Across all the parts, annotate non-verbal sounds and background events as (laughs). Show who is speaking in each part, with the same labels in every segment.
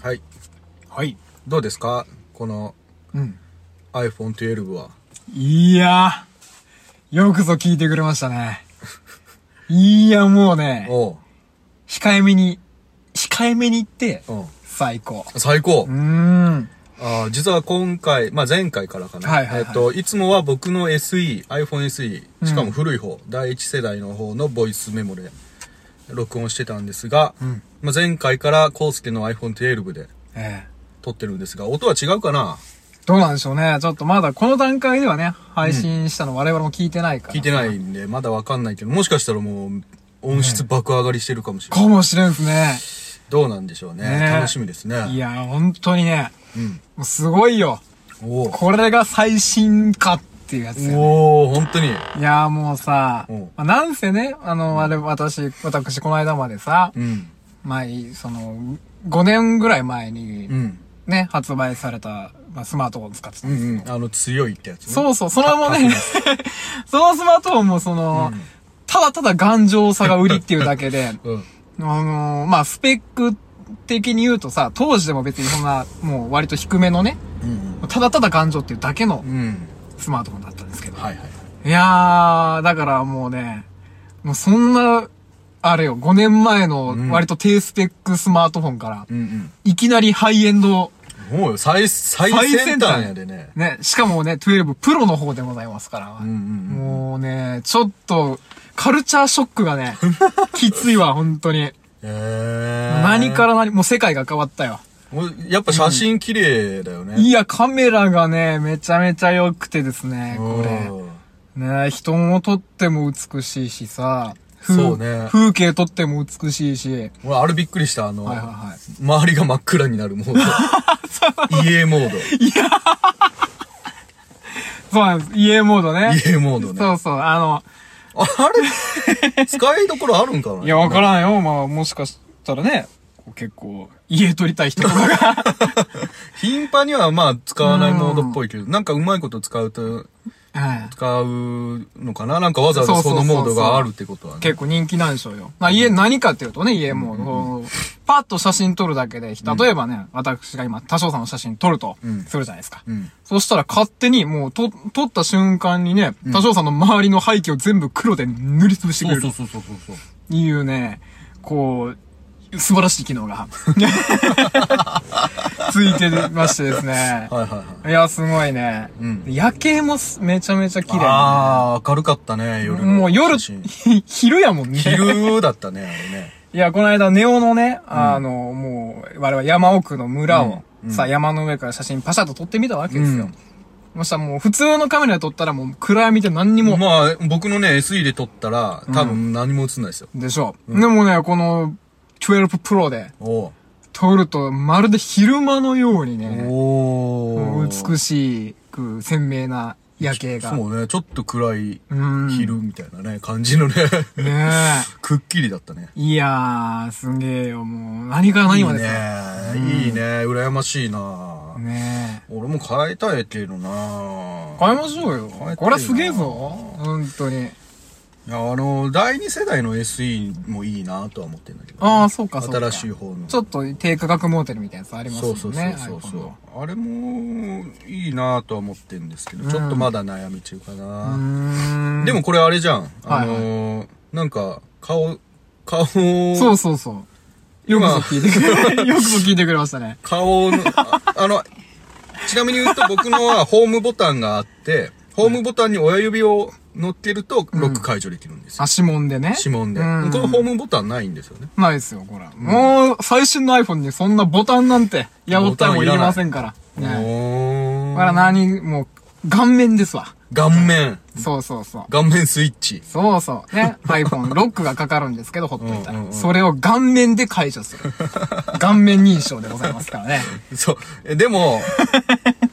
Speaker 1: はい。
Speaker 2: はい。
Speaker 1: どうですかこの
Speaker 2: うん。
Speaker 1: iPhone12 は。
Speaker 2: いやー、よくぞ聞いてくれましたね。いや、もうね、
Speaker 1: おう。
Speaker 2: 控えめに、控えめに言って、
Speaker 1: うん。
Speaker 2: 最高。
Speaker 1: 最高
Speaker 2: うー。ん。
Speaker 1: あー実は今回、まあ、前回からかな。
Speaker 2: はいはいはい
Speaker 1: えっと、いつもは僕の SE、iPhone SE、しかも古い方、第一世代の方のボイスメモで録音してたんですが、
Speaker 2: ん
Speaker 1: まあ、前回からコウスケの iPhone12 で
Speaker 2: ええ
Speaker 1: 撮ってるんですが、音は違うかな
Speaker 2: どうなんでしょうね。ちょっとまだこの段階ではね、配信したの我々も聞いてないから。
Speaker 1: 聞いてないんで、まだわかんないけど、もしかしたらもう、音質爆上がりしてるかもしれない。
Speaker 2: かもしれんですね。
Speaker 1: どうなんでしょうね。
Speaker 2: ね
Speaker 1: 楽しみですね。
Speaker 2: いや、本当にね、
Speaker 1: うん。
Speaker 2: もうすごいよ。
Speaker 1: おー
Speaker 2: これが最新かっていうやつよ
Speaker 1: おー、本当に。
Speaker 2: いやーもうさ、
Speaker 1: うん
Speaker 2: まあ、なんせね、あの、あれ、私、私、この間までさ、
Speaker 1: うん。
Speaker 2: 前、その、5年ぐらい前に
Speaker 1: う、ん。
Speaker 2: ね、発売された、まあ、スマートフォン使ってた
Speaker 1: うん
Speaker 2: ですよ。
Speaker 1: んうん。あの、強いってやつ、ね。
Speaker 2: そうそう、そのままね、 (laughs) そのスマートフォンもその、ただただ頑丈さが売りっていうだけで、 (laughs)
Speaker 1: う。うん。
Speaker 2: あのーまあ、スペック的に言うとさ、当時でも別にそんな、もう割と低めのね、
Speaker 1: うん
Speaker 2: ただただ頑丈っていうだけの
Speaker 1: うん。うん。
Speaker 2: スマートフォンだったんですけど。
Speaker 1: はいはい。
Speaker 2: いやー、だからもうね、もうそんな、あれよ、5年前の割と低スペックスマートフォンから、
Speaker 1: うん
Speaker 2: いきなりハイエンド、
Speaker 1: うん。もうよ、最、最先端やでね。
Speaker 2: ね、しかもね、12プロの方でございますから。
Speaker 1: うんうんうん。
Speaker 2: もうね、ちょっと、カルチャーショック
Speaker 1: (laughs)
Speaker 2: がね、きついわ、本当に。
Speaker 1: えー。
Speaker 2: 何から何、もう世界が変わったよ。
Speaker 1: もうやっぱ写真綺麗だよね。
Speaker 2: いや、カメラがね、めちゃめちゃ良くてですね、
Speaker 1: うん
Speaker 2: これ。ね、人も撮っても美しいしさ、風
Speaker 1: そうね
Speaker 2: 風景撮っても美しいし、
Speaker 1: 俺、あれびっくりした。あの、
Speaker 2: はいはいはい
Speaker 1: 周りが真っ暗になるモ (laughs) ード。家モード。
Speaker 2: そうなんです。家モードね。
Speaker 1: 家モードね
Speaker 2: そうそう。あの、
Speaker 1: あれ、使いどころあるんかない
Speaker 2: いや、わからんよ。まあ、もしかしたらね、こう結構、家撮りたい人とかが。
Speaker 1: 頻繁にはまあ使わないモードっぽいけど、なんかうまいこと使うと、
Speaker 2: うん
Speaker 1: 使うのかななんかわざわざそのモードがあるってことはね。
Speaker 2: 結構人気なんでしょうよ。まあ、家、何かっていうとね、家も、こうパッと写真撮るだけで、例えばね、私が今、多少さんの写真撮ると
Speaker 1: ん、
Speaker 2: するじゃないですか。
Speaker 1: うん。
Speaker 2: そしたら勝手に、もう、と、撮った瞬間にね、多少さんの周りの背景を全部黒で塗りつぶしてくれる。
Speaker 1: そうそうそうそう。
Speaker 2: いうね、こう、素晴らしい機能が、ついてましてですね。
Speaker 1: はいはいはい。
Speaker 2: いや、すごいね。
Speaker 1: うん
Speaker 2: 夜景もすめちゃめちゃ綺麗な
Speaker 1: ああ、明るかったね、
Speaker 2: ね、
Speaker 1: 夜の。
Speaker 2: もう夜、
Speaker 1: 写真
Speaker 2: ひ (laughs) 昼やもんね。
Speaker 1: 昼だったね、あれ (laughs) ね。
Speaker 2: いや、この間、ネオのね、あの、もう、我々山奥の村を、
Speaker 1: うん
Speaker 2: さ、
Speaker 1: うん
Speaker 2: 山の上から写真パシャッと撮ってみたわけですよ。
Speaker 1: うん
Speaker 2: もしたらもう、普通のカメラで撮ったらもう、暗闇で何にも、
Speaker 1: まあ、僕のね、SE で撮ったら、多分何も映んないですよ。
Speaker 2: でしょう。でもね、この、12 Pro で、
Speaker 1: おう
Speaker 2: 撮ると、まるで昼間のようにね、
Speaker 1: お
Speaker 2: 美しく鮮明な夜景が。
Speaker 1: そうね、ちょっと暗い
Speaker 2: うん。
Speaker 1: 昼みたいなね、感じのね、
Speaker 2: ね
Speaker 1: (laughs) くっきりだったね。
Speaker 2: え。いやー、すげえよ、もう。何から
Speaker 1: い
Speaker 2: 何
Speaker 1: い
Speaker 2: まで
Speaker 1: ね
Speaker 2: さ。、
Speaker 1: いいね、羨ましいな
Speaker 2: ねえ。
Speaker 1: 俺も変えたいけどな
Speaker 2: 買いましょうよ
Speaker 1: 買えたいな。
Speaker 2: これすげえぞ。本当に。
Speaker 1: いや、あの、第二世代の SE もいいなとは思ってんだけど、
Speaker 2: ああ、そうか、そうか。
Speaker 1: 新しい方の。
Speaker 2: ちょっと低価格モーテルみたいなやつあります
Speaker 1: そう
Speaker 2: よね。
Speaker 1: そうそうそうそう
Speaker 2: iPhone の
Speaker 1: あれもいいなとは思ってるんですけど、ちょっとまだ悩み中か
Speaker 2: う
Speaker 1: な、
Speaker 2: ーん。
Speaker 1: でもこれあれじゃん。あ
Speaker 2: はい
Speaker 1: の
Speaker 2: はい
Speaker 1: ーなんか、顔、顔、
Speaker 2: そうそうそう。よくぞ聞いてく
Speaker 1: (laughs)
Speaker 2: れ、よくぞ聞いてくれましたね。
Speaker 1: 顔の、ああの、ちなみに言うと僕のはホームボタンがあって、ホームボタンに親指を乗っけるとロック解除できるんですよ。
Speaker 2: 足もんでね。
Speaker 1: 指紋で。こ
Speaker 2: う
Speaker 1: の
Speaker 2: ん
Speaker 1: ホームボタンないんですよね。
Speaker 2: ないですよ、これ。もう、最新の iPhone にそんなボタンなんて、やぼったいもんいりませんから。ね。
Speaker 1: お
Speaker 2: だから
Speaker 1: ー
Speaker 2: 何、もう、顔面ですわ。
Speaker 1: 顔面。
Speaker 2: そうそうそう。
Speaker 1: 顔面スイッチ。
Speaker 2: そうそう。ね。iPhone、ロ
Speaker 1: (laughs)
Speaker 2: ックがかかるんですけど、ほっといた
Speaker 1: うんうんうん
Speaker 2: ら。それを顔面で解除
Speaker 1: (laughs)
Speaker 2: する。顔面認証でございますからね。
Speaker 1: そう。えで
Speaker 2: (laughs)
Speaker 1: も、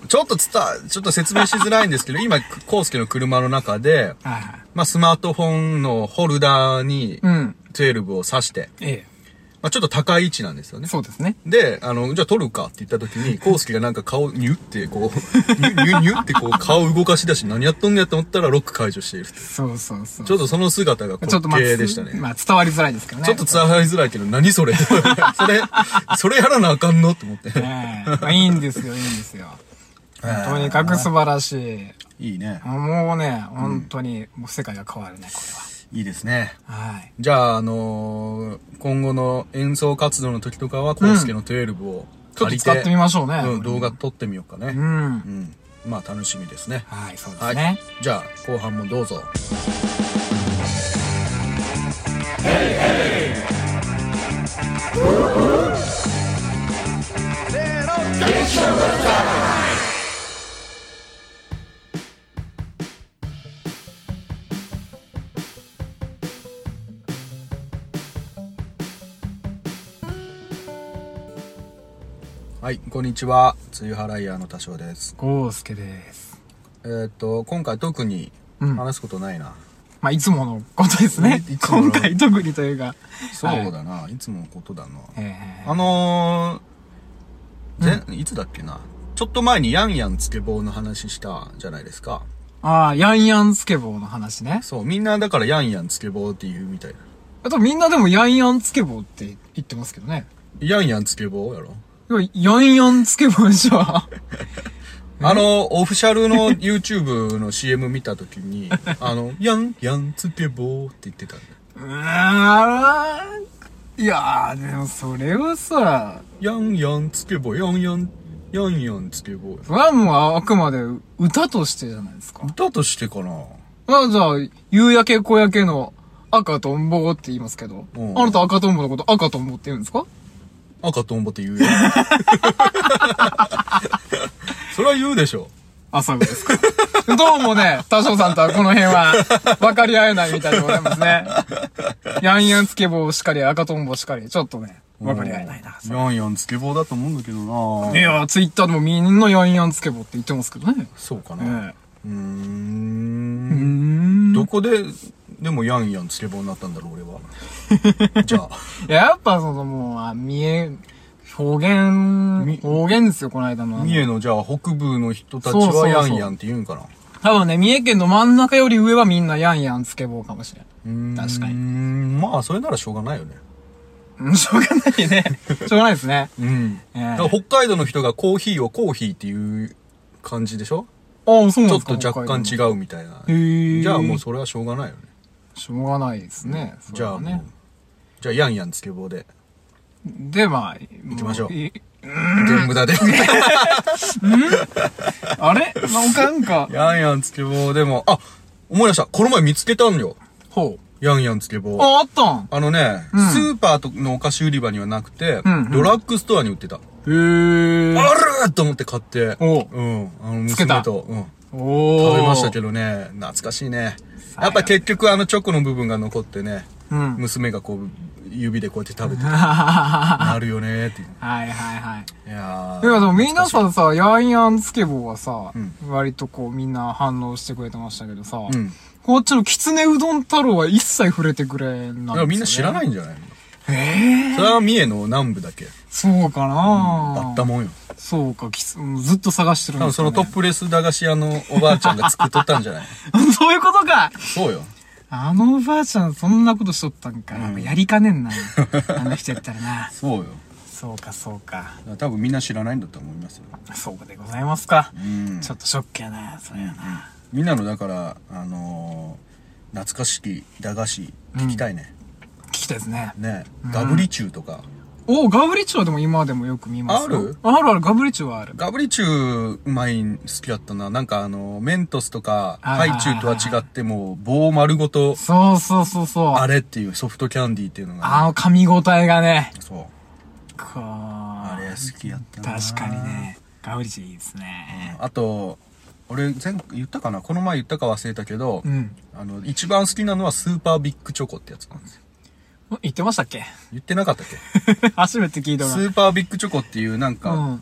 Speaker 1: ちょっと伝わ、ちょっと説明しづらいんですけど、今、コウスケの車の中で、
Speaker 2: はいはい。
Speaker 1: まあ、スマートフォンのホルダーに
Speaker 2: う、ん。
Speaker 1: 12を挿して、
Speaker 2: ええ。
Speaker 1: まあ、ちょっと高い位置なんですよね。
Speaker 2: そうですね。
Speaker 1: で、あの、じゃあ撮るかって言った時に、コウスケがなんか顔ニュってこう、ニュニュニュってこう顔動かしだし、何やっとんねやと思ったらロック解除している。
Speaker 2: そうそうそう。
Speaker 1: ちょっとその姿が
Speaker 2: ちょっと
Speaker 1: 滑
Speaker 2: まあ、
Speaker 1: 稽でしたね。
Speaker 2: まあ、伝わりづらいですけどね。
Speaker 1: ちょっと伝わりづらいけど、何それ (laughs) それ、それやらなあかんのと思って。
Speaker 2: ねえまあ、いいんですよ、いいんです
Speaker 1: (laughs)
Speaker 2: よ。とにかく素晴らしい。
Speaker 1: いいね。
Speaker 2: もうね、本当に、もう世界が変わるね、こ
Speaker 1: いいですね。
Speaker 2: れは。はい。
Speaker 1: じゃあ、あのー今後の演奏活動の時とかは、コウスケの12を
Speaker 2: ち
Speaker 1: 借
Speaker 2: ょっと
Speaker 1: りて、
Speaker 2: 使ってみましょうね。
Speaker 1: うん、動画撮ってみようか
Speaker 2: う
Speaker 1: ね。
Speaker 2: ん
Speaker 1: う。ん。まあ、楽しみですね。
Speaker 2: はい、そうで
Speaker 1: は
Speaker 2: す
Speaker 1: い。
Speaker 2: ね。
Speaker 1: じゃあ、後半もどうぞ。はい、こんにちは。つゆはライヤーの多少です。
Speaker 2: ゴースケです。
Speaker 1: えーっと、今回特に
Speaker 2: うん
Speaker 1: 話すことないな。
Speaker 2: まあ、いつものことですね
Speaker 1: いい。つもの
Speaker 2: 今回特にというか。
Speaker 1: そうだな、い、つものことだな。
Speaker 2: え
Speaker 1: あのー、ぜ、いつだっけな。ちょっと前にヤンヤンつけ棒の話したじゃないですか。
Speaker 2: ー、ああ、ヤンヤンスケボーの話ね。
Speaker 1: そう、みんなだからヤンヤンつけ棒って言うみたいな。
Speaker 2: あとみんなでもヤンヤンスケボーって言ってますけどね。
Speaker 1: ヤンヤンつけ棒やろ
Speaker 2: でもヤンヤンスケボーじゃ。
Speaker 1: あの、オフィシャルの YouTube の CM 見たときに、あの、ヤンヤンつけ棒って言ってたんだよ。
Speaker 2: (laughs) うーん。いやー、でもそれはさ、
Speaker 1: ヤンヤンつけ棒、ヤンヤン、ヤンヤンつけ棒。
Speaker 2: それはもうあくまで歌としてじゃないですか。
Speaker 1: 歌としてかな
Speaker 2: まあじゃあ、夕焼け小焼けの赤とんぼって言いますけど、
Speaker 1: うん
Speaker 2: あなた赤とんぼのこと赤とんぼって言うんですか
Speaker 1: 赤とんぼって言うよ。 (laughs) それは言うでしょ。
Speaker 2: あ、そうですか。どうもね、多少さんとはこの辺は分かり合えないみたいでございますね。ヤンヤンスケボーしかり、赤とんぼしかり、ちょっとね、分かり合えないな。
Speaker 1: ヤンヤンつけ棒だと思うんだけどない
Speaker 2: やー、ツイッターでもみんなヤンヤンスケボーって言ってますけどね。
Speaker 1: そうか
Speaker 2: ええ
Speaker 1: な。うー
Speaker 2: うー
Speaker 1: ん。
Speaker 2: ん。
Speaker 1: どこで、でもヤンヤンつけ棒になったんだろう、俺は。
Speaker 2: (laughs)
Speaker 1: じゃあ。
Speaker 2: いややっぱそのもう、あ見え、表
Speaker 1: み
Speaker 2: 現、方言ですよ、この間のあの。
Speaker 1: 三重の、じゃあ、北部の人たち
Speaker 2: そうそうそ
Speaker 1: は
Speaker 2: う
Speaker 1: ヤンヤンって言うんかな。
Speaker 2: 多分ね、三重県の真ん中より上はみんなヤンヤンスケボーかもしれ
Speaker 1: う
Speaker 2: ん。
Speaker 1: ーん
Speaker 2: 確かに
Speaker 1: まあ、それならしょうがないよね。
Speaker 2: うんしょうがないね。しょうがないですね。
Speaker 1: うん。
Speaker 2: ええ
Speaker 1: だから北海道の人がコーヒーをコーヒーっていう感じでしょ
Speaker 2: ああ、そう
Speaker 1: ち
Speaker 2: なん
Speaker 1: ょっ
Speaker 2: ですか
Speaker 1: と若干違
Speaker 2: う。
Speaker 1: うみたいな。
Speaker 2: へー
Speaker 1: じゃあもうそれはしょうがないよね。
Speaker 2: しょうがないですね。
Speaker 1: じゃあも
Speaker 2: それは
Speaker 1: う
Speaker 2: ね。。
Speaker 1: じゃあ、ヤンヤンつけ棒で。
Speaker 2: で、まあ、行
Speaker 1: きましょう
Speaker 2: い
Speaker 1: 全部だで。
Speaker 2: あれ (laughs) なんか、なんか、
Speaker 1: (laughs) ヤンヤンつけ棒でも、あ、思い出した。この前見つけたんよ。
Speaker 2: ほう。
Speaker 1: ヤンヤンつけ棒。
Speaker 2: あ、あったん
Speaker 1: あのね、
Speaker 2: ん
Speaker 1: スーパーとのお菓子売り場にはなくて、
Speaker 2: んうん
Speaker 1: ドラッグストアに売ってた。
Speaker 2: へえ。
Speaker 1: あるーと思って買って、
Speaker 2: お
Speaker 1: うん、あの、
Speaker 2: つけた
Speaker 1: 娘と、うん、
Speaker 2: おー
Speaker 1: 食べましたけどね、懐かしいね。やっぱ結局あのチョコの部分が残ってね、
Speaker 2: うん (laughs)
Speaker 1: 娘がこう、指でこうやって食べてた、
Speaker 2: は
Speaker 1: なるよねーっていう。
Speaker 2: いはいは
Speaker 1: い
Speaker 2: い。
Speaker 1: や
Speaker 2: いや、で
Speaker 1: ー。
Speaker 2: も皆さんさ、ヤンヤンつけ棒はさ、
Speaker 1: ん
Speaker 2: 割とこうみんな反応してくれてましたけどさ、
Speaker 1: ん
Speaker 2: こっちのきつねうどん太郎は一切触れてくれないんです
Speaker 1: だか
Speaker 2: よ、ね。
Speaker 1: らみんな知らないんじゃないのそれは三重の南部だけ。
Speaker 2: そうかな
Speaker 1: あったもんよ。
Speaker 2: そうか、きつ、うんずっと探してるん
Speaker 1: 多
Speaker 2: で
Speaker 1: 分
Speaker 2: す
Speaker 1: そ
Speaker 2: よ、ね。
Speaker 1: のトップレス駄菓子屋のおばあちゃんが作っとったんじゃない
Speaker 2: (laughs) そういうことか
Speaker 1: (laughs) そうよ。
Speaker 2: あのおばあちゃんそんなことしとったんか。やっぱやりか
Speaker 1: (laughs)
Speaker 2: ねんな。あの人やったらな。
Speaker 1: そうよ。
Speaker 2: そうかそうか
Speaker 1: だ。から多分みんな知らないんだと思いますよ。
Speaker 2: そうでございますか。
Speaker 1: うん。
Speaker 2: ちょっとショックやな、それはな。
Speaker 1: みんなのだから、あのー懐かしき駄菓子聞きたいね。
Speaker 2: 聞きたいですね。
Speaker 1: ねガブリチューとか。
Speaker 2: おガブリチョウでも今でもよく見ますよ
Speaker 1: ある
Speaker 2: あるある、ガブリチョウはある。
Speaker 1: ガブリチューうまいん好きだったな。なんかあのーメントスとか、
Speaker 2: は
Speaker 1: ハ
Speaker 2: い
Speaker 1: イチューとは違ってもう棒丸ごと、
Speaker 2: そうそうそうそう。
Speaker 1: あ
Speaker 2: あ
Speaker 1: れっていうソフトキャンディーっていうのが、
Speaker 2: の噛み応えがね。
Speaker 1: そう。
Speaker 2: こう。
Speaker 1: あ
Speaker 2: あ
Speaker 1: れ好きやったな。
Speaker 2: 確かにね。ガブリチョウいいですね。
Speaker 1: あと、俺前回言ったかなこの前言ったか忘れたけど、
Speaker 2: うん。
Speaker 1: あの、一番好きなのはスーパービッグチョコってやつなんですよ。
Speaker 2: 言ってましたっけ (laughs)
Speaker 1: 言ってなかったっけ
Speaker 2: 初めて聞いた
Speaker 1: ス
Speaker 2: な。
Speaker 1: ーパービッグチョコっていうなんか、
Speaker 2: う
Speaker 1: うん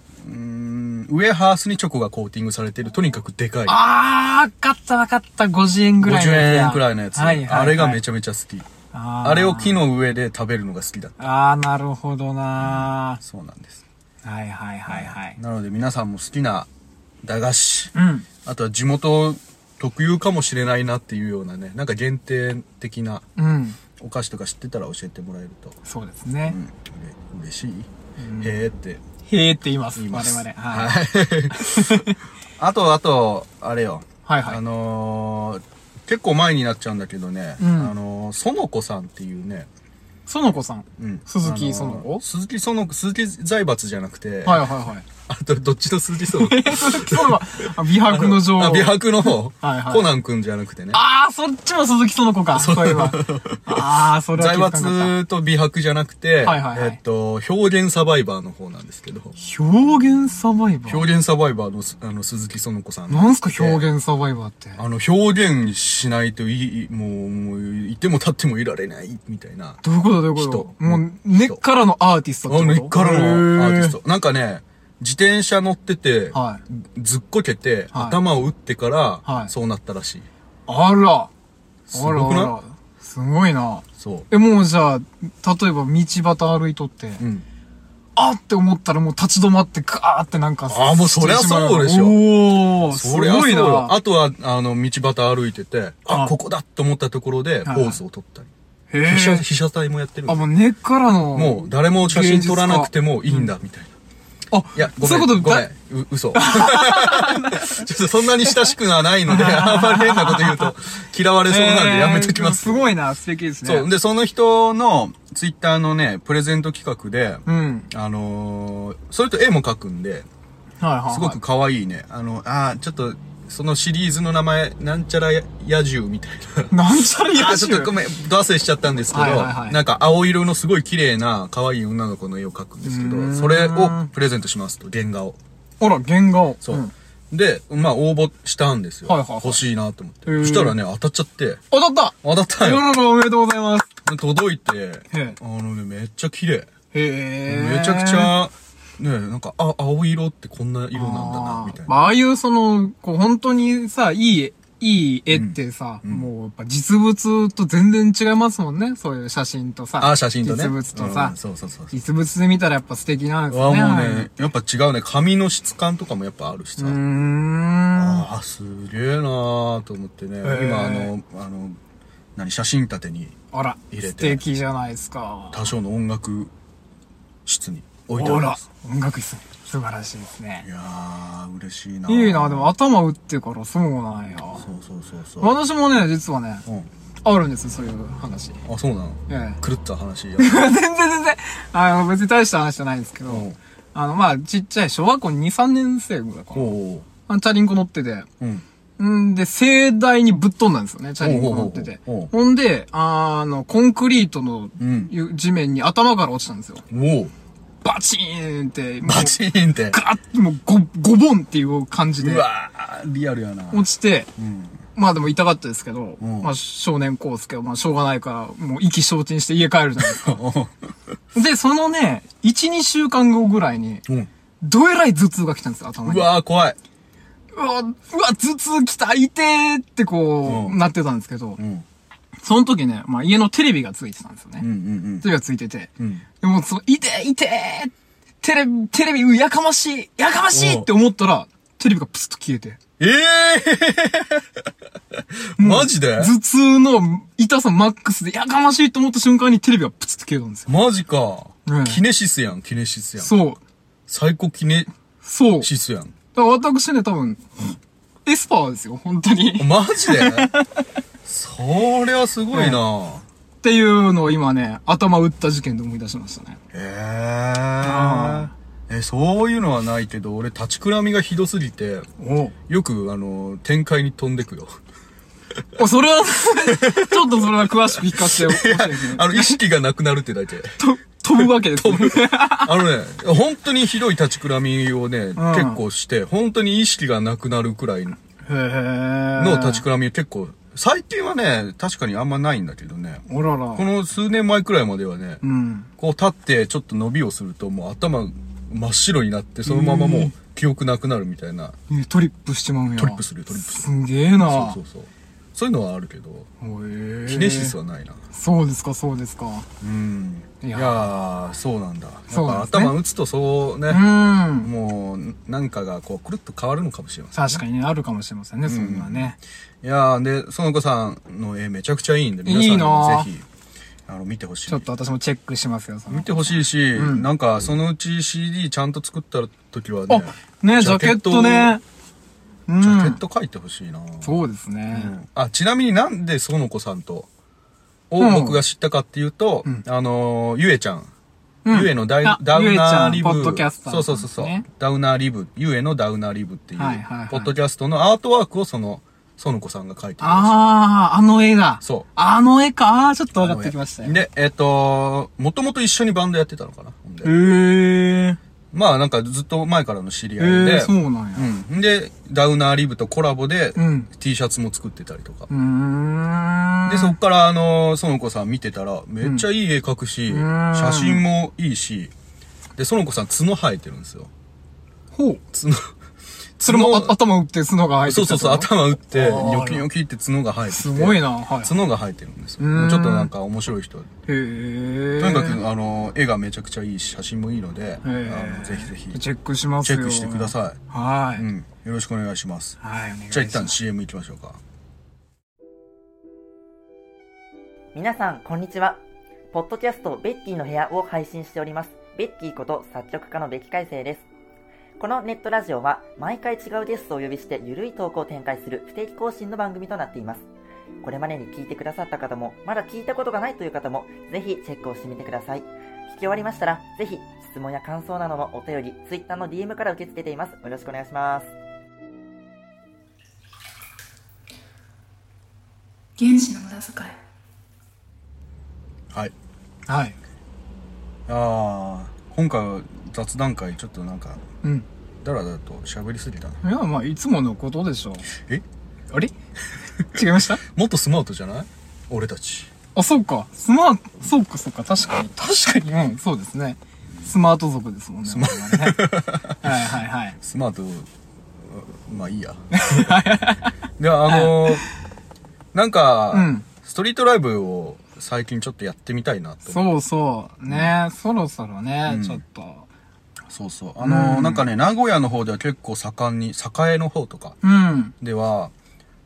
Speaker 1: ーん、ウエハースにチョコがコーティングされてる、とにかくでかい。
Speaker 2: あー、わかったわかった。50円ぐらいのやつ
Speaker 1: 50
Speaker 2: や。
Speaker 1: 円くらいのやつ。
Speaker 2: はいはい、はい。
Speaker 1: あれがめ
Speaker 2: ち
Speaker 1: ちゃめちゃ好き。
Speaker 2: ゃ。あー
Speaker 1: あれを木の上で食べるのが好きだった。
Speaker 2: あー、なるほどな
Speaker 1: そうなんです。
Speaker 2: ー、はいはいはいはい。
Speaker 1: なので皆さんも好きな駄菓子、
Speaker 2: うん。
Speaker 1: あとは地元特有かもしれないなっていうようなね、なんか限定的な
Speaker 2: うん。
Speaker 1: お菓子とか知ってたら教えてもらえると、
Speaker 2: そうですね
Speaker 1: う。ん、うれ嬉しい、へえって
Speaker 2: へーって言います。
Speaker 1: 言います。
Speaker 2: 我々。はい。
Speaker 1: はい。
Speaker 2: (laughs)
Speaker 1: あと、あと、あれよ。
Speaker 2: はいはい
Speaker 1: あのー結構前になっちゃうんだけどね、
Speaker 2: うん
Speaker 1: あのー園子さんっていうね、
Speaker 2: 園子さん。
Speaker 1: うん
Speaker 2: 鈴木
Speaker 1: あのー
Speaker 2: 園子
Speaker 1: 鈴木園子、鈴木財閥じゃなくて、
Speaker 2: はいはいはい。
Speaker 1: あと、どっちの鈴木園子
Speaker 2: 鈴木園
Speaker 1: (laughs)
Speaker 2: 子あ美 (laughs) 白の女王。
Speaker 1: あ美白の方、
Speaker 2: はいはい
Speaker 1: コナンくんじゃなくてね。
Speaker 2: あー、そっちも鈴木園子か。そういえば。あー、それは
Speaker 1: 財
Speaker 2: 気づかなかっ
Speaker 1: 閥と美白じゃなくて、
Speaker 2: はいはいはい
Speaker 1: えっと、表現サバイバーの方なんですけど、
Speaker 2: た。表現サバイバー。
Speaker 1: 表現サバイバーのすあの鈴木園子さん。
Speaker 2: なんすか表現サバイバーって。
Speaker 1: あの、表現しないといい、もう、もう、いても立ってもいられない、みたいな。
Speaker 2: どういうことどういうこと
Speaker 1: 人
Speaker 2: もう、根っからのアーティストって
Speaker 1: あ
Speaker 2: こと
Speaker 1: の、からのアーティス
Speaker 2: へ
Speaker 1: ト。なんかね、自転車乗ってて、
Speaker 2: はい
Speaker 1: ずっこけて、
Speaker 2: はい
Speaker 1: 頭を打ってから、
Speaker 2: はい
Speaker 1: そうなったらしい。
Speaker 2: あら。
Speaker 1: す
Speaker 2: あら
Speaker 1: ごく
Speaker 2: あ
Speaker 1: ない
Speaker 2: ら。すごいな。
Speaker 1: そ
Speaker 2: え、もうじゃあ、例えば道端歩いとって、
Speaker 1: う。うん。
Speaker 2: あって思ったらもう立ち止まってガーってなんか。
Speaker 1: あもうそりゃそうでしょ
Speaker 2: おー、す
Speaker 1: そりゃそ
Speaker 2: ご
Speaker 1: う
Speaker 2: い
Speaker 1: よ
Speaker 2: な。
Speaker 1: あとは、あの、道端歩いてて、あ、
Speaker 2: はい
Speaker 1: ここだと思ったところで、ポ
Speaker 2: はい
Speaker 1: ーズを撮ったり。
Speaker 2: へえ
Speaker 1: 被写、被写体もやってるん
Speaker 2: あ、
Speaker 1: だ
Speaker 2: もう根っからの。
Speaker 1: もう、誰も写真撮らなくてもいいんだ、みたいな。
Speaker 2: あ、
Speaker 1: いや、ご
Speaker 2: そ
Speaker 1: め
Speaker 2: うい
Speaker 1: ん。
Speaker 2: うこ
Speaker 1: ご
Speaker 2: と
Speaker 1: めん
Speaker 2: だ。
Speaker 1: う嘘。ち (laughs) ょっとそんなに親しくはない
Speaker 2: (laughs)
Speaker 1: ので、あんまり変なこと言うと嫌われそうなんでやめときます。
Speaker 2: (laughs) へーすごいな、素敵ですね。
Speaker 1: そう。で、その人のツイッターのね、プレゼント企画で、
Speaker 2: うん。
Speaker 1: あのー、それと絵も描くんで、
Speaker 2: はいはいはい。
Speaker 1: すごく可愛いね。あの、あーちょっと、そのシリーズの名前、なんちゃらや野獣みたいな。
Speaker 2: なんちゃら
Speaker 1: あ
Speaker 2: (laughs) 野
Speaker 1: ー (laughs) ちょっとご
Speaker 2: 獣。
Speaker 1: めん、ドアセしちゃったんですけど、
Speaker 2: はいはいはい
Speaker 1: なんか青色のすごい綺麗な可愛い女の子の絵を描くんですけ
Speaker 2: うー
Speaker 1: ど、
Speaker 2: ん
Speaker 1: それをプレゼントしますと、原画を。
Speaker 2: ほら、原画を。
Speaker 1: そう。
Speaker 2: ん
Speaker 1: で、まあ応募したんですよ。
Speaker 2: はいはいはい
Speaker 1: 欲しいなと思って。
Speaker 2: へー
Speaker 1: そしたらね、当たっちゃって、
Speaker 2: 当たった
Speaker 1: 当たった
Speaker 2: い
Speaker 1: よ。
Speaker 2: ろいろおめでとうございます。
Speaker 1: 届いて
Speaker 2: ええ、
Speaker 1: あのね、めっちゃ綺麗。
Speaker 2: へえ。
Speaker 1: めちゃくちゃ、ね、なんか、あ、青色ってこんな色なんだ
Speaker 2: あ
Speaker 1: な、
Speaker 2: ー
Speaker 1: みたい
Speaker 2: ま
Speaker 1: な。
Speaker 2: あ、ああいうその、こう本当にさ、いい、いい絵ってさ、もうやっぱ実物と全然違いますもんね。そういう写真とさ。
Speaker 1: あ、写真とね。
Speaker 2: 実物とさ
Speaker 1: うん。そうそうそう。
Speaker 2: 実物で見たらやっぱ素敵なんですね。
Speaker 1: あ、もうね、やっぱ違うね。髪の質感とかもやっぱあるし
Speaker 2: う
Speaker 1: さ
Speaker 2: ー。ん。
Speaker 1: ああ、すげえなーと思ってね。今、あの、あの、何、写真立てに
Speaker 2: あら
Speaker 1: 入れ、て
Speaker 2: 素敵じゃないですか。
Speaker 1: 多少の音楽室に置いてあ
Speaker 2: ほ
Speaker 1: りま
Speaker 2: ら
Speaker 1: す。、
Speaker 2: 音楽室。素晴らしいですね
Speaker 1: い。やー、嬉しいな。
Speaker 2: いいな、でも。頭打ってからそうなんや。
Speaker 1: そうそうそうそう。
Speaker 2: 私もね、実はね、
Speaker 1: う
Speaker 2: あるんですよ、そういう話。
Speaker 1: ん。あ、そうなの
Speaker 2: ええ。
Speaker 1: 狂った話や。 (laughs)
Speaker 2: (laughs) 全然全然、あの、別に大した話じゃないんですけど、
Speaker 1: うん
Speaker 2: あの、まあ、ちっちゃい、小学校2、3年生ぐらいか
Speaker 1: お
Speaker 2: な。
Speaker 1: お。
Speaker 2: あのチャリンコ乗ってて、
Speaker 1: うん。
Speaker 2: んで、盛大にぶっ飛んだんですよね、チャリンコ乗ってて。
Speaker 1: おうおうおうおう
Speaker 2: ほんで、あの、コンクリートの
Speaker 1: うん
Speaker 2: ゆ地面に頭から落ちたんですよ。
Speaker 1: おお。
Speaker 2: バチーンって、もう
Speaker 1: バチーンって。
Speaker 2: ガッてもうご、ごぼんっていう感じで
Speaker 1: う、わー、リアルやな。 (laughs)
Speaker 2: 落ちて、
Speaker 1: うん。
Speaker 2: まあでも痛かったですけど、
Speaker 1: うん
Speaker 2: まあ少年コースけど、まあしょうがないから、もう意気消沈して家帰るじゃないですか。で、そのね、1、2週間後ぐらいに、
Speaker 1: うん。
Speaker 2: どえらい頭痛が来たんですよ、頭
Speaker 1: う
Speaker 2: に。
Speaker 1: わー、怖い。
Speaker 2: うわ、うわ頭痛来た、痛えってこう、
Speaker 1: うん
Speaker 2: なってたんですけど
Speaker 1: う、ん。
Speaker 2: その時ね、まあ家のテレビがついてたんですよね。
Speaker 1: うんうん
Speaker 2: テレビがついてて。
Speaker 1: うん。うん。
Speaker 2: でもその、痛え、痛えテレビ、テレビ、うやかましいやかましい
Speaker 1: うん
Speaker 2: って思ったら、テレビがプスッと消えて。
Speaker 1: ええー (laughs) マジで
Speaker 2: 頭痛の痛さマックスでやかましいと思った瞬間にテレビがプツッと消えたんですよ。
Speaker 1: マジか
Speaker 2: うん。
Speaker 1: キネシスやん、キネシスやん。
Speaker 2: そう。
Speaker 1: 最高キネ
Speaker 2: そう。
Speaker 1: シスやん。
Speaker 2: だから私ね、多分、エスパーですよ、本当に。っ
Speaker 1: マジ
Speaker 2: (laughs)
Speaker 1: でそりゃすごいな
Speaker 2: ていうのを今ね、頭打った事件で思い出しましたね。
Speaker 1: へーえ、そういうのはないけど、俺立ちくらみがひどすぎて、
Speaker 2: お
Speaker 1: よく、あの、展開に飛んでく
Speaker 2: (laughs)
Speaker 1: よ。
Speaker 2: お、それは、 (laughs) ちょっとそれは詳しく聞かせてほしいです (laughs) ね。
Speaker 1: あの、意識がなくなるってだけ。
Speaker 2: と、飛ぶわけです、ね。
Speaker 1: あのね、本当にひどい立ちくらみをね、結構して、本当に意識がなくなるくらいの
Speaker 2: へー。
Speaker 1: 立ちくらみ結構、最近はね、確かにあんまないんだけどね、
Speaker 2: おら
Speaker 1: こ
Speaker 2: ら。
Speaker 1: の数年前くらいまではね
Speaker 2: う、ん。
Speaker 1: こう立ってちょっと伸びをするともう頭真っ白になって、そのままもう記憶なくなるみたいな、
Speaker 2: ねトリップしちまうんや。
Speaker 1: トリップするよトリップす
Speaker 2: すげえな
Speaker 1: そうそうそう。そういうのはあるけど、キ
Speaker 2: キ
Speaker 1: ネシスはないな。
Speaker 2: そうですか、そうですか。
Speaker 1: うん。い
Speaker 2: いや
Speaker 1: やー、そうなんだ。や
Speaker 2: そ
Speaker 1: っ
Speaker 2: う
Speaker 1: ぱ
Speaker 2: なんですね
Speaker 1: 頭打つとそう
Speaker 2: う
Speaker 1: ね、
Speaker 2: ん。
Speaker 1: もう、何かがこう、くるっと変わるのかもしれません。
Speaker 2: 確かにね、あるかもしれませんね、そんなね。
Speaker 1: いやー、で、その子さんの絵めちゃくちゃいいんで、皆
Speaker 2: い
Speaker 1: さ
Speaker 2: い
Speaker 1: ん
Speaker 2: な
Speaker 1: も
Speaker 2: ー
Speaker 1: ぜひ、あの、見てほしい
Speaker 2: ちょっ。と私もチェックしますよ、その
Speaker 1: 見。てほしいし、
Speaker 2: ん
Speaker 1: なんか、そのうち CD ちゃんと作った時はね
Speaker 2: あ、、ね、ジャケットね。うん。
Speaker 1: ジャケット描いてほしいなー
Speaker 2: そうですね。
Speaker 1: あ、ちなみになんで園子さんと、を
Speaker 2: うん
Speaker 1: 僕が知ったかっていうと、
Speaker 2: ん
Speaker 1: あのーゆえちゃん。
Speaker 2: うん
Speaker 1: ゆえのダウ
Speaker 2: あ
Speaker 1: ダウナーリブ。
Speaker 2: ゆえちゃんポッドキャスター
Speaker 1: そうそうそうそう、
Speaker 2: ね
Speaker 1: ダウナーリブ。ゆえのダウナーリブっていう、
Speaker 2: はいはいはい
Speaker 1: ポッドキャストのアートワークをその、園子さんが書いてるらしい
Speaker 2: あー、あの絵が。
Speaker 1: そう
Speaker 2: あの絵か。あー、ちょっと分かってきましたよ。
Speaker 1: で、えっ、と、もともと一緒にバンドやってたのかな。ほんで
Speaker 2: えー。
Speaker 1: まあなんかずっと前からの知り
Speaker 2: え
Speaker 1: 合いで、
Speaker 2: ー、そうなんや。
Speaker 1: うん。で、ダウナーリブとコラボで、
Speaker 2: うん
Speaker 1: T シャツも作ってたりとか
Speaker 2: う。ーん。
Speaker 1: で、そっから、あの、園子さん見てたら、めっちゃいい絵描くし、
Speaker 2: ん
Speaker 1: 写真もいいし、で、園子さん角生えてるんですよ。
Speaker 2: ほう。
Speaker 1: 角、
Speaker 2: それもあ
Speaker 1: 角
Speaker 2: 頭打って角が入っ
Speaker 1: そ
Speaker 2: て
Speaker 1: う
Speaker 2: きた
Speaker 1: そ
Speaker 2: っ
Speaker 1: う
Speaker 2: て
Speaker 1: そう、頭
Speaker 2: こと
Speaker 1: 打って、
Speaker 2: あー
Speaker 1: ニョキニョキって角が生えてて。
Speaker 2: すごいな。はい。
Speaker 1: 角が生えてるんですよ。
Speaker 2: うん
Speaker 1: ちょっとなんか面白い人。
Speaker 2: へー。
Speaker 1: とにかく、あの、絵がめちゃくちゃいいし、写真もいいので、あ
Speaker 2: えー
Speaker 1: のぜひぜひ、チ
Speaker 2: チェックします
Speaker 1: ェ
Speaker 2: よ。
Speaker 1: ックしてください。
Speaker 2: はい。
Speaker 1: うん。よろしくお願いします。
Speaker 2: はい、お願いします。
Speaker 1: じゃあ一旦 CM 行きましょうか。
Speaker 3: 皆さん、こんにちは。ポッドキャスト、ベッキーの部屋を配信しております。ベッキーこと作曲家のベキ海星です。このネットラジオは、毎回違うゲストをお呼びして、ゆるいトークを展開する不定期更新の番組となっています。これまでに聞いてくださった方も、まだ聞いたことがないという方も、ぜひチェックをしてみてください。聞き終わりましたら、ぜひ、質問や感想などのお便り、Twitter の DM から受け付けています。よろしくお願いします。
Speaker 4: 原始の無駄遣い
Speaker 1: はい。
Speaker 2: はい。
Speaker 1: ああ、今回は雑談会、ちょっとなんか、
Speaker 2: うん。
Speaker 1: だらだらと喋りすぎたない
Speaker 2: や、まあ、いつものことでしょう。
Speaker 1: え (laughs)
Speaker 2: あれ違いました
Speaker 1: もっとスマートじゃない俺たち
Speaker 2: あ、そうか。スマート、そうか、そうか。確かに。確かに。うん、そうですね。スマート族ですもんね。我々ねはいはいはい。
Speaker 1: スマートまあいい (laughs) やであ (laughs) のーなんか、
Speaker 2: うん
Speaker 1: ストリートライブを最近ちょっとやってみたいなと思
Speaker 2: そうそう。ね、そろそろね、
Speaker 1: うん
Speaker 2: ちょっと。
Speaker 1: そうそうあのー
Speaker 2: うん
Speaker 1: なんかね名古屋の方では結構盛んに栄の方とか
Speaker 2: うん。
Speaker 1: では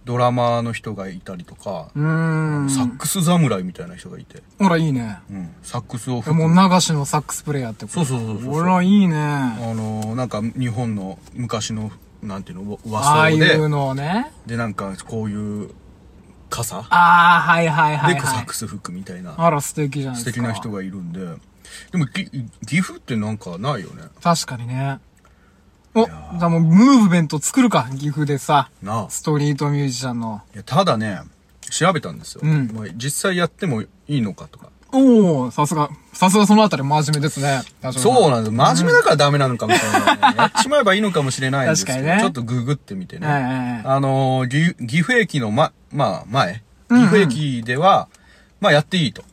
Speaker 1: ドラマーの人がいたりとか
Speaker 2: う、ーん。
Speaker 1: サックス侍みたいな人がいて、
Speaker 2: ほら、いいね。
Speaker 1: うん、サックスを
Speaker 2: え
Speaker 1: 吹く
Speaker 2: もう流しのサックスプレイヤーってこと
Speaker 1: そうそうそうそう
Speaker 2: ほら、いいね。
Speaker 1: あのーなんか日本の昔のなんていうの和
Speaker 2: ああい
Speaker 1: 装で
Speaker 2: うのをね。
Speaker 1: でなんかこういう傘
Speaker 2: ああ、はいはいはい、
Speaker 1: で、
Speaker 2: はい。
Speaker 1: サックス服みたいな、
Speaker 2: あら、素敵じゃない
Speaker 1: 素
Speaker 2: ですか。
Speaker 1: 敵な人がいるんで。でも、ぎ岐阜ってなんかないよね。
Speaker 2: 確かにね。お、じゃあもう、ムーブメント作るか、岐阜でさ。
Speaker 1: なあ。
Speaker 2: ストリートミュージシャンの。
Speaker 1: いやただね、調べたんですよ。
Speaker 2: うん
Speaker 1: まあ実際やってもいいのかとか。
Speaker 2: おおさすが、さすがそのあたり真面目ですね。
Speaker 1: そう
Speaker 2: う。
Speaker 1: なんです。真面目だからダメなのかもしれない、
Speaker 2: (laughs)
Speaker 1: ね。やっちまえばいいのかもしれないんですけど、
Speaker 2: 確かにね
Speaker 1: ちょっとググってみてね。
Speaker 2: ええええ
Speaker 1: あのーぎ岐阜駅のま、まあ、前。岐阜駅では、まあやっていいと。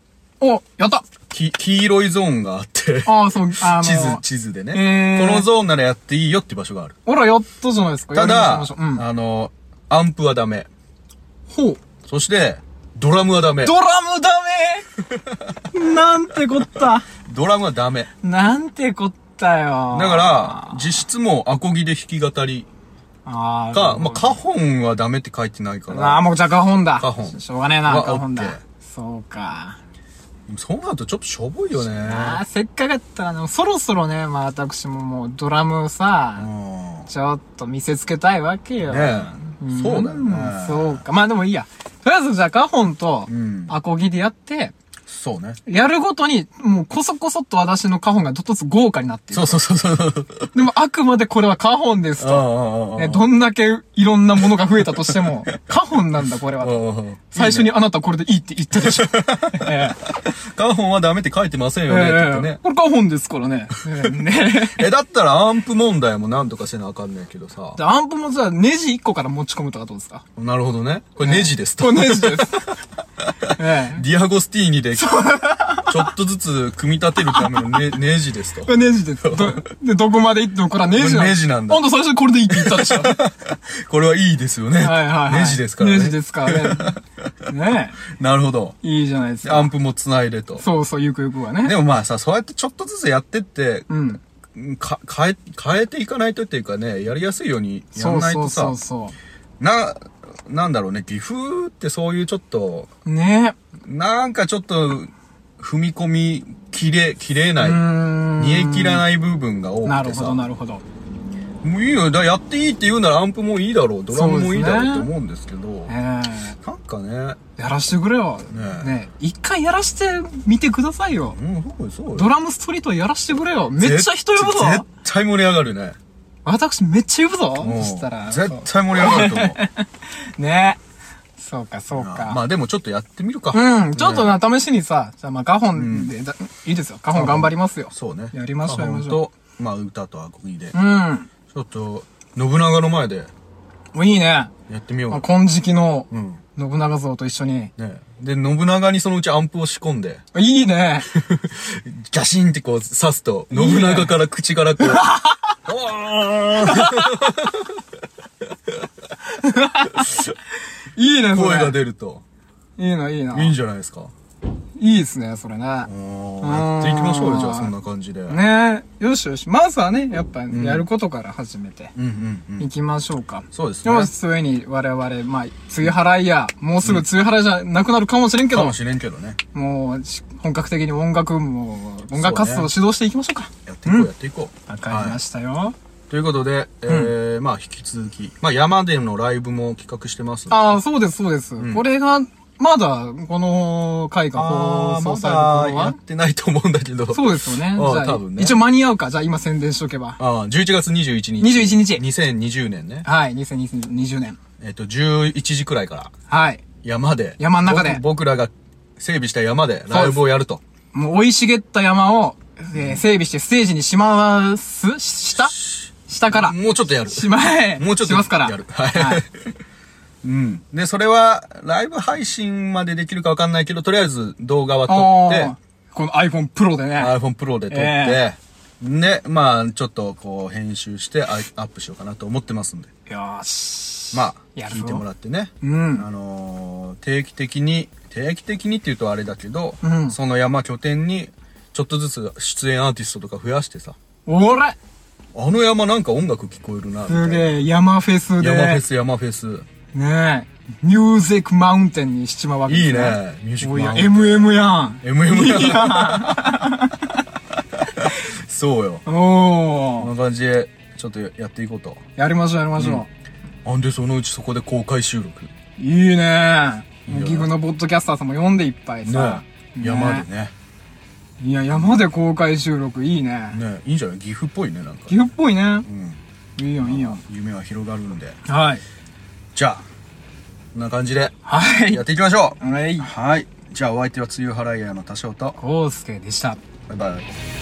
Speaker 2: お、やった
Speaker 1: き、黄色いゾーンがあって、
Speaker 2: ああ、そう、あの、
Speaker 1: 地図、地図でね、
Speaker 2: えー
Speaker 1: このゾーンならやっていいよって場所がある。
Speaker 2: ほら、やったじゃないですか。
Speaker 1: た
Speaker 2: やり
Speaker 1: だ
Speaker 2: ましょ、うやりましょ
Speaker 1: あの、アンプはダメ。
Speaker 2: ううん。ほう。
Speaker 1: そして、ドラムはダメ。
Speaker 2: ドラムダメなんてこった。
Speaker 1: ドラムはダメ。
Speaker 2: なんてこったよ。
Speaker 1: だから、実質もうアコギで弾き語り
Speaker 2: ああ。
Speaker 1: か、まあ、カホンはダメって書いてないか
Speaker 2: ああ、
Speaker 1: ら、
Speaker 2: もうじゃあカホンだ。
Speaker 1: カホン
Speaker 2: ししょうがねえな、
Speaker 1: は
Speaker 2: カホ
Speaker 1: オ
Speaker 2: ン
Speaker 1: ッ
Speaker 2: だ
Speaker 1: ケー。
Speaker 2: そうか。
Speaker 1: そうなるとちょっとしょぼいよね。
Speaker 2: ああ、せっかくだったらね、そろそろね、まあ私ももうドラムさ、
Speaker 1: うん
Speaker 2: ちょっと見せつけたいわけよ。
Speaker 1: ねえ
Speaker 2: ん
Speaker 1: そうだよね
Speaker 2: そうか。まあでもいいや。とりあえずじゃあカホンと
Speaker 1: うん
Speaker 2: アコギでやって、
Speaker 1: そうね。
Speaker 2: やるごとに、もうこそこそっと私のカホンがどっとずつ豪華になっている
Speaker 1: そうそうそうそう。
Speaker 2: (laughs) でもあくまでこれはカホンです
Speaker 1: うんう
Speaker 2: と。
Speaker 1: んうんう
Speaker 2: ね、
Speaker 1: ん
Speaker 2: どんだけいろんなものが増えたとし
Speaker 1: (laughs)
Speaker 2: ても、カホンなんだこれは
Speaker 1: う
Speaker 2: と。
Speaker 1: んうんうん
Speaker 2: 最初にあなたこれでいいって言ったでしょ。 (laughs) え
Speaker 1: カホンはダメって書いてません
Speaker 2: え
Speaker 1: よねって言ってね。
Speaker 2: これカホンですからね。ねね (laughs)
Speaker 1: (laughs) え、だったらアンプ問題もなんとかせなあかんねんけどさ
Speaker 2: で。アンプもじゃあネジ1個から持ち込むとかどうですか
Speaker 1: なるほどね。これネジですと。
Speaker 2: (laughs) これネジです。ええ (laughs)
Speaker 1: ディアゴスティーニで、ちょっとずつ組み立てるためのねネジですと。
Speaker 2: これネジで、ど、で、どこまで行ってもこれはネジなんだ。
Speaker 1: ネジなんだ
Speaker 2: あんた最初にこれでいいって言ったでしょ。
Speaker 1: これはいいですよね。
Speaker 2: はいはいはい。
Speaker 1: ネジですからね。
Speaker 2: ネジですからね。ね
Speaker 1: なるほど。
Speaker 2: え。いいじゃないです
Speaker 1: ア
Speaker 2: か。
Speaker 1: ンプも繋いでと。
Speaker 2: そうそう、ゆくゆくはね。
Speaker 1: でもまあさ、そうやってちょっとずつやってって、
Speaker 2: うん。
Speaker 1: か、変え、変えていかないとっていうかね、やりやすいようにや
Speaker 2: そ
Speaker 1: ん
Speaker 2: う
Speaker 1: ない
Speaker 2: そ
Speaker 1: と
Speaker 2: う
Speaker 1: さ
Speaker 2: そう、そ
Speaker 1: な、なんだろうね、岐阜ってそういうちょっと、
Speaker 2: う。ね
Speaker 1: なんかちょっと、踏み込み、切れ、切れ
Speaker 2: え。
Speaker 1: な
Speaker 2: う
Speaker 1: い、
Speaker 2: ーん。
Speaker 1: 煮え切らない部分が多
Speaker 2: な
Speaker 1: く
Speaker 2: る
Speaker 1: て
Speaker 2: ほ
Speaker 1: さ
Speaker 2: ど、、なるほど。
Speaker 1: もういいよ、だやっていいって言うならアンプもいいだろう、ドラムもいいだろうと思うんですけど、
Speaker 2: ええ
Speaker 1: なんかね、
Speaker 2: やらしてくれよ。
Speaker 1: ねえ
Speaker 2: ねえ。一回やらしてみてくださいよ。
Speaker 1: うん、そうよそうよ
Speaker 2: ドラムストリートやらしてくれよ。めっちゃ人呼ぶぞ
Speaker 1: 絶絶対盛り上がるね。
Speaker 2: 私めっちゃ呼ぶぞ
Speaker 1: うん
Speaker 2: そしたら。
Speaker 1: 絶対盛り上がると思う。
Speaker 2: そうねえ。そうか、そうか。
Speaker 1: まあでもちょっとやってみるか。
Speaker 2: うん、ちょっと
Speaker 1: ね。
Speaker 2: な、試しにさ、じゃあまあ、ガホンで、だいいですよ。ガホン頑張りますよ。
Speaker 1: そうね。
Speaker 2: やりましょう、やりまし
Speaker 1: 花
Speaker 2: ょ
Speaker 1: 粉と、まあ歌とアコギで。ち
Speaker 2: う。うん。
Speaker 1: ょっと、信長の前で
Speaker 2: もういいね。
Speaker 1: やってみよう
Speaker 2: まあ、
Speaker 1: か。
Speaker 2: 金色の
Speaker 1: うん。
Speaker 2: 信長像と一緒に。
Speaker 1: ね。で、信長にそのうちアンプを仕込んで、
Speaker 2: い
Speaker 1: (laughs)
Speaker 2: いね。
Speaker 1: ガシンってこう刺すと、信長から口からこう、
Speaker 2: いいね、そ
Speaker 1: (laughs)
Speaker 2: れ。
Speaker 1: 声が出ると、
Speaker 2: いいの、いい
Speaker 1: いいん
Speaker 2: の。
Speaker 1: じゃないですか。
Speaker 2: いいですね、それね。
Speaker 1: うん
Speaker 2: ん
Speaker 1: やっていきましょうよ、じゃあそんな感じで。
Speaker 2: ねえ。よしよし。まずはね、やっぱ、やることから始めて。
Speaker 1: うんうんうん。
Speaker 2: 行きましょうか。
Speaker 1: そうですね
Speaker 2: よし、ついに我々、まあ、梅雨払いや、もうすぐ梅雨払いじゃなくなるかもしれんけ
Speaker 1: か
Speaker 2: ど、
Speaker 1: もしれんけどね。
Speaker 2: もう、し本格的に音楽も、音楽活動を指導していきましょうか。
Speaker 1: やっていこう、やっていこう。
Speaker 2: わかりま
Speaker 1: た。
Speaker 2: したよ。
Speaker 1: ということで、えー、まあ引き続き、まあ山でのライブも企画してますんで
Speaker 2: ああ、そうです、そうです。これが、まだ、この回が
Speaker 1: あー
Speaker 2: 放送される頃
Speaker 1: まだや
Speaker 2: は
Speaker 1: っ、てないと思うんだけど。
Speaker 2: そうですよね。
Speaker 1: あー
Speaker 2: じゃあ、
Speaker 1: 多分ね
Speaker 2: 一応間に合うか。じゃあ、今宣伝しとけば。
Speaker 1: ああ、11月21日。
Speaker 2: 21日
Speaker 1: 2020年ね。
Speaker 2: はい、2020年。
Speaker 1: えっと、11時くらいから
Speaker 2: はい。
Speaker 1: 山で。
Speaker 2: 山の中で
Speaker 1: 僕僕らが整備した山でライブをやると。
Speaker 2: もう、生い茂った山を、えー整備してステージにします、し下下から。
Speaker 1: もうちょっとやる。
Speaker 2: しまえ。
Speaker 1: もうちょっと
Speaker 2: しますから。
Speaker 1: やる (laughs) はい。うん。で、それは、ライブ配信までできるかわかんないけど、とりあえず動画は
Speaker 2: お
Speaker 1: 撮
Speaker 2: ー
Speaker 1: って、
Speaker 2: この iPhone Pro でね。
Speaker 1: iPhone Pro で撮って、
Speaker 2: え
Speaker 1: で、まあ、ちょっとこう、編集して、あアップしようかなと思ってますんで。
Speaker 2: よーし。
Speaker 1: まあ、
Speaker 2: やる
Speaker 1: 聞いてもら
Speaker 2: っ
Speaker 1: ってね。
Speaker 2: うん
Speaker 1: あのー定期的に、定期的にって言うとあれだけど、
Speaker 2: うん
Speaker 1: その山拠点に、ちょっとずつ出演アーティストとか増やしてさ、
Speaker 2: おら
Speaker 1: あの山なんか音楽聞こえるな、みた
Speaker 2: す
Speaker 1: いな。
Speaker 2: げえ、山フェスで。
Speaker 1: 山フェス、山フェス。
Speaker 2: ねえ、ミュージックマウンテンにしちまうわけです
Speaker 1: いいねミュージックマウンテン
Speaker 2: おいや MM やん。
Speaker 1: MM や (laughs) そうよ。こん
Speaker 2: おー。
Speaker 1: な感じで、ちょっとやっていこうと。
Speaker 2: やりましょうやりましょ
Speaker 1: なんでそのうちそこで公開収録。ね
Speaker 2: う。いいね
Speaker 1: いいよ
Speaker 2: ギグのポッドキャスターさんも読んでいっぱいさ。ね
Speaker 1: 山でね。
Speaker 2: いや、山で公開収録いいね。
Speaker 1: ねいいんじゃない岐阜っぽいね、なんか。
Speaker 2: ギグっぽいね。
Speaker 1: うん。
Speaker 2: いいよいいよ。
Speaker 1: 夢は広がるんで。
Speaker 2: はい。
Speaker 1: じゃあ、こんな感じで、
Speaker 2: はい。
Speaker 1: やっていきましょう
Speaker 2: はい。
Speaker 1: はい。じゃあお相手は梅雨払い屋の多少と、
Speaker 2: コウスケでした。
Speaker 1: バイバイ。